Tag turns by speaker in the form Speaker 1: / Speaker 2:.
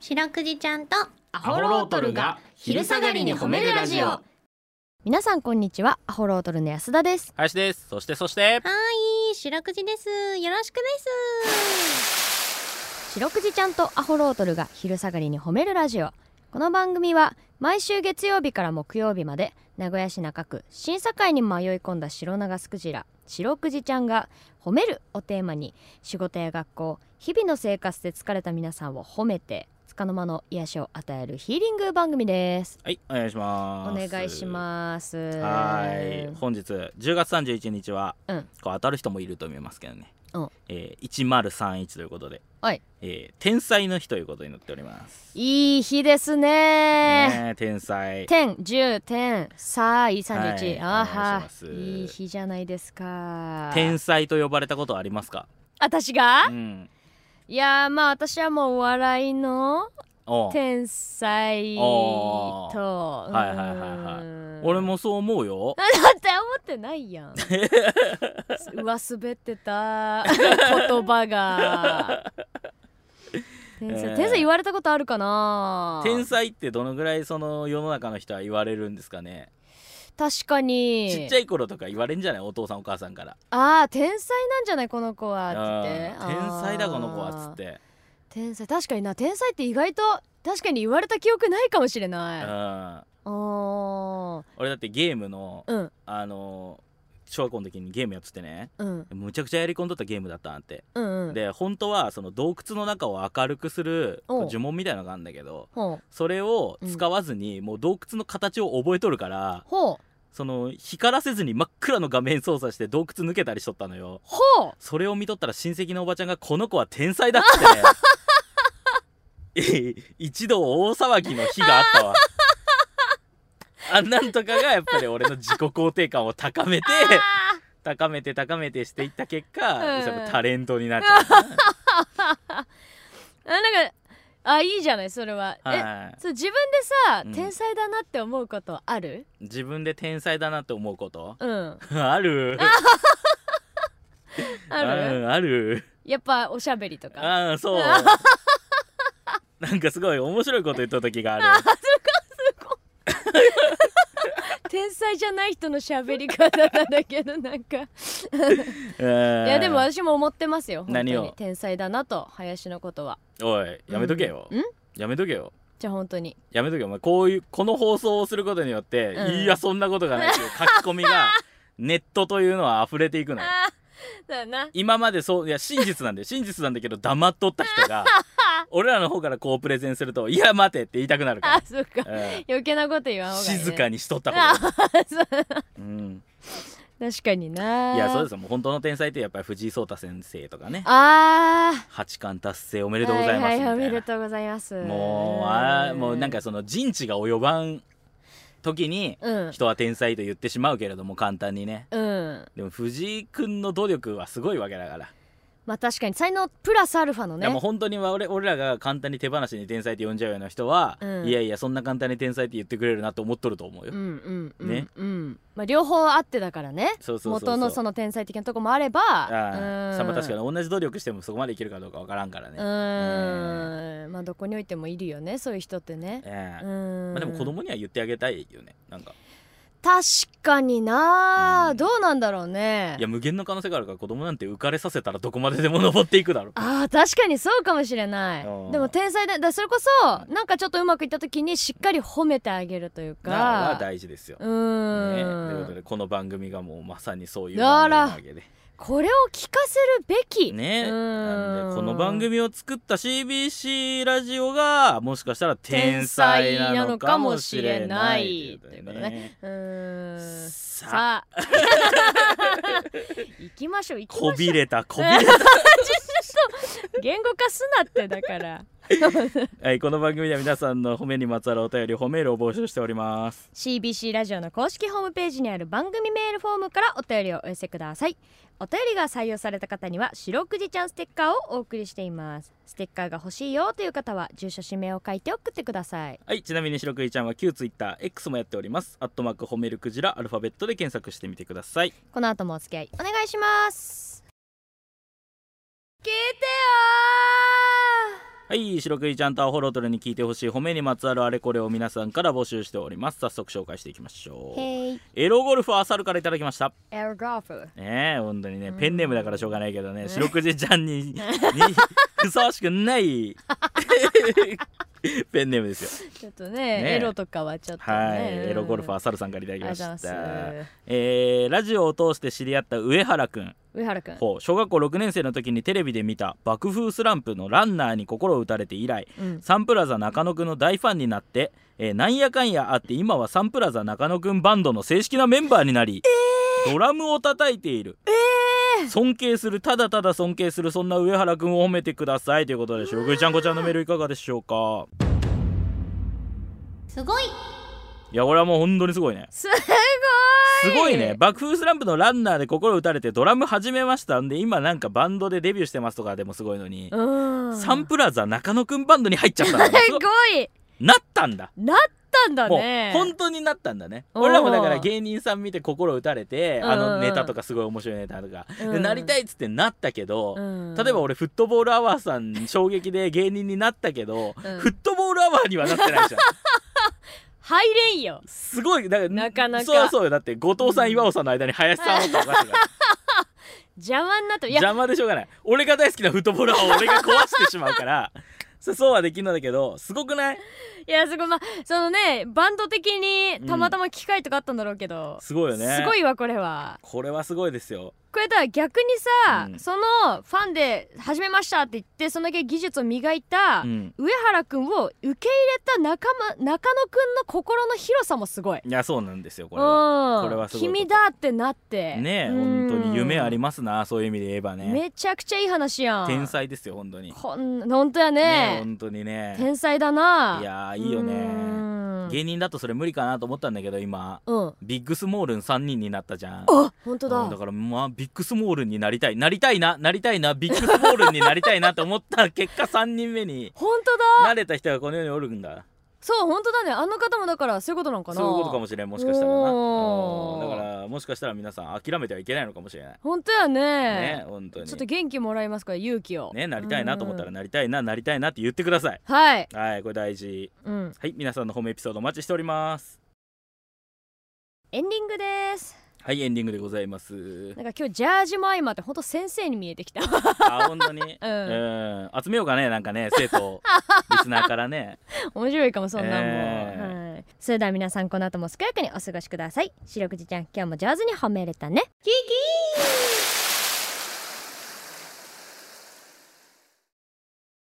Speaker 1: 白くじちゃんとア
Speaker 2: ホロートルが昼下がりに褒めるラジオ
Speaker 3: 皆さんこんにちはアホロートルの安田です
Speaker 4: 林ですそしてそし
Speaker 1: は
Speaker 4: て
Speaker 1: い白くじですよろしくです
Speaker 3: 白くじちゃんとアホロートルが昼下がりに褒めるラジオこの番組は毎週月曜日から木曜日まで名古屋市中区審査会に迷い込んだ白長スクジラ白くじちゃんが「褒める」をテーマに仕事や学校日々の生活で疲れた皆さんを褒めて束の間の癒しを与えるヒーリング番組です
Speaker 4: はいお願いし
Speaker 3: お
Speaker 4: ます
Speaker 3: 願いします
Speaker 4: はい本日10月31日は、
Speaker 3: うん
Speaker 4: こう当たる人もいると思いますけどね、
Speaker 3: うん
Speaker 4: えー、1031ということで、
Speaker 3: はい
Speaker 4: えー天才の日ということになっております、
Speaker 3: いい日ですね
Speaker 4: ねえ天才
Speaker 3: 点10点さあいい31、
Speaker 4: はい
Speaker 3: あー
Speaker 4: お願いし
Speaker 3: は
Speaker 4: ます
Speaker 3: いい日じゃないですか
Speaker 4: 天才と呼ばれたことはありますか
Speaker 3: 私が、
Speaker 4: うん
Speaker 3: いやーまあ私はもうお笑いの
Speaker 4: おう
Speaker 3: 天才
Speaker 4: お
Speaker 3: と
Speaker 4: ーはいはいはいはいう
Speaker 3: ーん
Speaker 4: 俺もそう思う よ
Speaker 3: だって思ってない やんうわ滑ってた言葉が天才、
Speaker 4: えー
Speaker 3: 天才言われたことあるかな
Speaker 4: 天才ってどのぐらいその世の中の人は言われるんですかね
Speaker 3: 確かに
Speaker 4: ちっちゃい頃とか言われんじゃないお父さんお母さんから
Speaker 3: ああ天才なんじゃないこの子は
Speaker 4: うん
Speaker 3: つって
Speaker 4: 天才だこの子はっつっ
Speaker 3: あー
Speaker 4: て
Speaker 3: 天才確かにな天才って意外と確かに言われた記憶ないかもしれな
Speaker 4: う
Speaker 3: いあ
Speaker 4: ん
Speaker 3: ー
Speaker 4: 俺だってゲームの
Speaker 3: うん
Speaker 4: あのー小学校の時にゲームやっててね
Speaker 3: うん
Speaker 4: むちゃくちゃやり込んどったゲームだったなんて、
Speaker 3: うんうん
Speaker 4: で本当はその洞窟の中を明るくする
Speaker 3: おう
Speaker 4: こう呪文みたいなのがあるんだけど
Speaker 3: ほう
Speaker 4: それを使わずに、もう洞窟の形を覚えとるから
Speaker 3: ほう
Speaker 4: その光らせずに真っ暗の画面操作して洞窟抜けたりしとったのよ
Speaker 3: ほう
Speaker 4: それを見とったら親戚のおばちゃんがこの子は天才だって 一度大騒ぎの日があったわあなんとかがやっぱり俺の自己肯定感を高めて
Speaker 3: あ
Speaker 4: 高めて高めてしていった結果、
Speaker 3: うん
Speaker 4: やっぱタレントになっちゃったね、
Speaker 3: ーあなんかあいいじゃないそれは、え
Speaker 4: は
Speaker 3: そう自分でさ、
Speaker 4: うん
Speaker 3: 天才だなって思うことある
Speaker 4: い、自分で天才だなって思うこと
Speaker 3: うん
Speaker 4: ある
Speaker 3: ある
Speaker 4: うんある
Speaker 3: やっぱおしゃべりとか
Speaker 4: あ あそうなんかすごい面白いこと言った時がある
Speaker 3: 天才じゃない人のしゃべり方なんだけどなんか
Speaker 4: うん
Speaker 3: いやでも私も思ってますよ本当に
Speaker 4: 何を
Speaker 3: 天才だなと林のことは
Speaker 4: おいやめとけよ、
Speaker 3: うんん
Speaker 4: やめとけよ
Speaker 3: じゃあ本当に
Speaker 4: やめとけよお前こういうこの放送をすることによって、
Speaker 3: うん
Speaker 4: いやそんなことがないっていう書き込 みがネットというのは溢れていくのよ
Speaker 3: あーだよな
Speaker 4: 今までそういや真実なんで真実なんだけど黙っとった人 が俺らの方からこうプレゼンすると「いや待て」って言いたくなる
Speaker 3: あ
Speaker 4: か
Speaker 3: そっか
Speaker 4: ら、うん
Speaker 3: 余計なこと言わんほうがいい、ね、
Speaker 4: 静かにしとった
Speaker 3: あ
Speaker 4: 方がいい、
Speaker 3: そう
Speaker 4: うん、
Speaker 3: 確かにないい
Speaker 4: やそうですよもう本当の天才ってやっぱり藤井聡太先生とかね
Speaker 3: ああ
Speaker 4: 八冠達成おめでとうござい
Speaker 3: は
Speaker 4: ますみ
Speaker 3: い
Speaker 4: た
Speaker 3: はいお
Speaker 4: い
Speaker 3: め
Speaker 4: な
Speaker 3: でとうございます
Speaker 4: もうあーもうなんかその人知が及ばん時に
Speaker 3: うん
Speaker 4: 人は天才と言ってしまうけれども簡単にね
Speaker 3: うん
Speaker 4: でも藤井君の努力はすごいわけだから、
Speaker 3: まあ確かに才能プラスアルファの
Speaker 4: い
Speaker 3: ね
Speaker 4: やもう本当に俺俺らが簡単に手放しに天才って呼んじゃうような人は、
Speaker 3: うん
Speaker 4: いやいやそんな簡単に天才って言ってくれるなと思っとると思うよ、
Speaker 3: うんうんうん、
Speaker 4: ね
Speaker 3: うんまあ両方あってだからね
Speaker 4: そうそうそうそ
Speaker 3: 元
Speaker 4: う
Speaker 3: のその天才的なとこもあればあ
Speaker 4: ああさまあ確かに同じ努力してもそこまでいけるかどうかわからんからね、
Speaker 3: うーんまあどこにおいてもいるよねそういう人ってね
Speaker 4: ええ
Speaker 3: うーん
Speaker 4: まあ、でも子供には言ってあげたいよねなんか
Speaker 3: 確かにな
Speaker 4: うん
Speaker 3: どうなんだろうね
Speaker 4: いや無限の可能性があるから子供なんて浮かれさせたらどこまででも登っていくだろう
Speaker 3: あー確かにそうかもしれない
Speaker 4: うん
Speaker 3: でも天才でだそれこそなんかちょっとうまくいった時にしっかり褒めてあげるという
Speaker 4: が
Speaker 3: か
Speaker 4: 大事ですよ、
Speaker 3: う
Speaker 4: ね、
Speaker 3: ー、
Speaker 4: というんことでこの番組がもうまさにそういう
Speaker 3: あ
Speaker 4: 番組
Speaker 3: ら
Speaker 4: なわけで
Speaker 3: これを聞かせるべき
Speaker 4: ね
Speaker 3: うーん
Speaker 4: なんでこの番組を作った CBC ラジオがもしかしたら天才なのかもしれない
Speaker 3: 天才なのかもしれないということねうーん
Speaker 4: さあ
Speaker 3: さあ 行きましょう行き
Speaker 4: こ
Speaker 3: ましょ
Speaker 4: び
Speaker 3: う
Speaker 4: れたこびれ た
Speaker 3: 言語化すなってだから
Speaker 4: はいこの番組では皆さんの褒めにまつわるお便り褒めるを募集しております
Speaker 3: CBC ラジオの公式ホームページにある番組メールフォームからお便りをお寄せくださいお便りが採用された方には白くじちゃんステッカーをお送りしていますステッカーが欲しいよという方は住所氏名を書いて送ってください
Speaker 4: はいちなみに白くいちゃんは旧 TwitterX もやっておりますアットマーク褒めるクジラアルファベットで検索してみてください
Speaker 3: この後もお付き合いお願いします聞いてよ
Speaker 4: はい白クイちゃんとアホロトルに聞いてほしい褒めにまつわるあれこれを皆さんから募集しております早速紹介していきましょう
Speaker 3: へい
Speaker 4: エロゴルフアサルからいただきました
Speaker 3: エルガフ
Speaker 4: ねえ本当にねペンネームだからしょうがないけどね白くじちゃ んににふさわしくないペンネームですよ
Speaker 3: ちょっとね
Speaker 4: ね
Speaker 3: エロとかはちょっとね
Speaker 4: はい、
Speaker 3: うん
Speaker 4: エロゴルファーサルさんからいただきまし
Speaker 3: ありがとうご
Speaker 4: た
Speaker 3: ざいます、
Speaker 4: えーラジオを通して知り合った上原くん
Speaker 3: 上原くん
Speaker 4: ほう小学校6年生の時にテレビで見た「爆風スランプ」のランナーに心を打たれて以来
Speaker 3: うん
Speaker 4: サンプラザ中野くんの大ファンになって、えーなんやかんやあって今はサンプラザ中野くんバンドの正式なメンバーになり、ドラムを叩いている、尊敬するただただ尊敬するそんな上原くんを褒めてくださいということで白くじちゃんこちゃんのメールいかがでしょうか
Speaker 1: すごい
Speaker 4: いやこれはもう本当にすごいね
Speaker 3: すごい
Speaker 4: すごいね爆風スランプのランナーで心打たれてドラム始めましたんで今なんかバンドでデビューしてますとかでもすごいのに、
Speaker 3: うん
Speaker 4: サンプラザ中野くんバンドに入っちゃった んだ
Speaker 3: す
Speaker 4: ねすごい
Speaker 3: ごい
Speaker 4: なったんだ
Speaker 3: なったんだ
Speaker 4: もう
Speaker 3: ね
Speaker 4: 本当になったんだね
Speaker 3: おー
Speaker 4: 俺らもだから芸人さん見て心打たれてあ
Speaker 3: うんう
Speaker 4: の
Speaker 3: ん
Speaker 4: ネタとかすごい面白いネタとか、で
Speaker 3: うん
Speaker 4: なりたいっつってなったけど、
Speaker 3: うん
Speaker 4: 例えば俺フットボールアワーさんに衝撃で芸人になったけど、
Speaker 3: うん
Speaker 4: フットボールアワーにはなってないじゃん
Speaker 3: 入れんよ
Speaker 4: すごいだから
Speaker 3: なかなか
Speaker 4: そうよそうよだって後藤さん岩尾さんの間に林さんをと かおかしいから
Speaker 3: 邪魔になっていや
Speaker 4: 邪魔でしょうがない俺が大好きなフットボールアワーを俺が壊してしまうからそそうはできんのだけどすごくない
Speaker 3: いやすごいまあそのねバンド的にたまたま機会とかあったんだろうけど、
Speaker 4: すごいよね
Speaker 3: すごいわこれは
Speaker 4: これはすごいですよ
Speaker 3: これだから逆にさ、
Speaker 4: うん
Speaker 3: そのファンで始めましたって言ってそのだけ技術を磨いた、
Speaker 4: うん
Speaker 3: 上原くんを受け入れた仲間中野くんの心の広さもすごい。
Speaker 4: いやそうなんですよこれは
Speaker 3: うん
Speaker 4: これはすごいこと
Speaker 3: 君だってなって
Speaker 4: ねえ
Speaker 3: うん
Speaker 4: 本当に夢ありますなそういう意味で言えばね
Speaker 3: めちゃくちゃいい話やん
Speaker 4: 天才ですよ本当にね
Speaker 3: こん本当や
Speaker 4: え
Speaker 3: ね
Speaker 4: 本当にね
Speaker 3: 天才だないい
Speaker 4: やーいいよね芸人だとそれ無理かなと思ったんだけど今
Speaker 3: うん
Speaker 4: ビッグスモールン3人になったじゃん
Speaker 3: あ本当だ、
Speaker 4: うんからまあビッグスモールンになりたいなりたいななりたいなビッグスモールンになりたいなと思 った結果3人目に
Speaker 3: 本当だ
Speaker 4: 慣れた人がこの世におるんだ
Speaker 3: そう本当だねあの方もだからそういうことなんかな
Speaker 4: そういうことかもしれんもしかしたらな
Speaker 3: おー
Speaker 4: うんだからもしかしたら皆さん諦めてはいけないのかもしれない
Speaker 3: 本当やね
Speaker 4: ね本当に
Speaker 3: ちょっと元気もらいますから勇気を
Speaker 4: ねなりたいなと思ったら
Speaker 3: うん
Speaker 4: なりたいななりたいなって言ってください
Speaker 3: はい
Speaker 4: はいこれ大事
Speaker 3: うん
Speaker 4: はい皆さんのホームエピソードお待ちしております
Speaker 3: エンディングです
Speaker 4: はいエンディングでござ います
Speaker 3: なんか今日ジャージも相まって本当先生に見えてき た
Speaker 4: あ本当にうん集めようかねなんかね生徒をリスナーからね
Speaker 3: 面白いかもそんなんも、
Speaker 4: えー
Speaker 3: はい、それでは皆さんこの後も健やかにお過ごしください白くじちゃん今日もジャージに褒めれたね
Speaker 1: キキー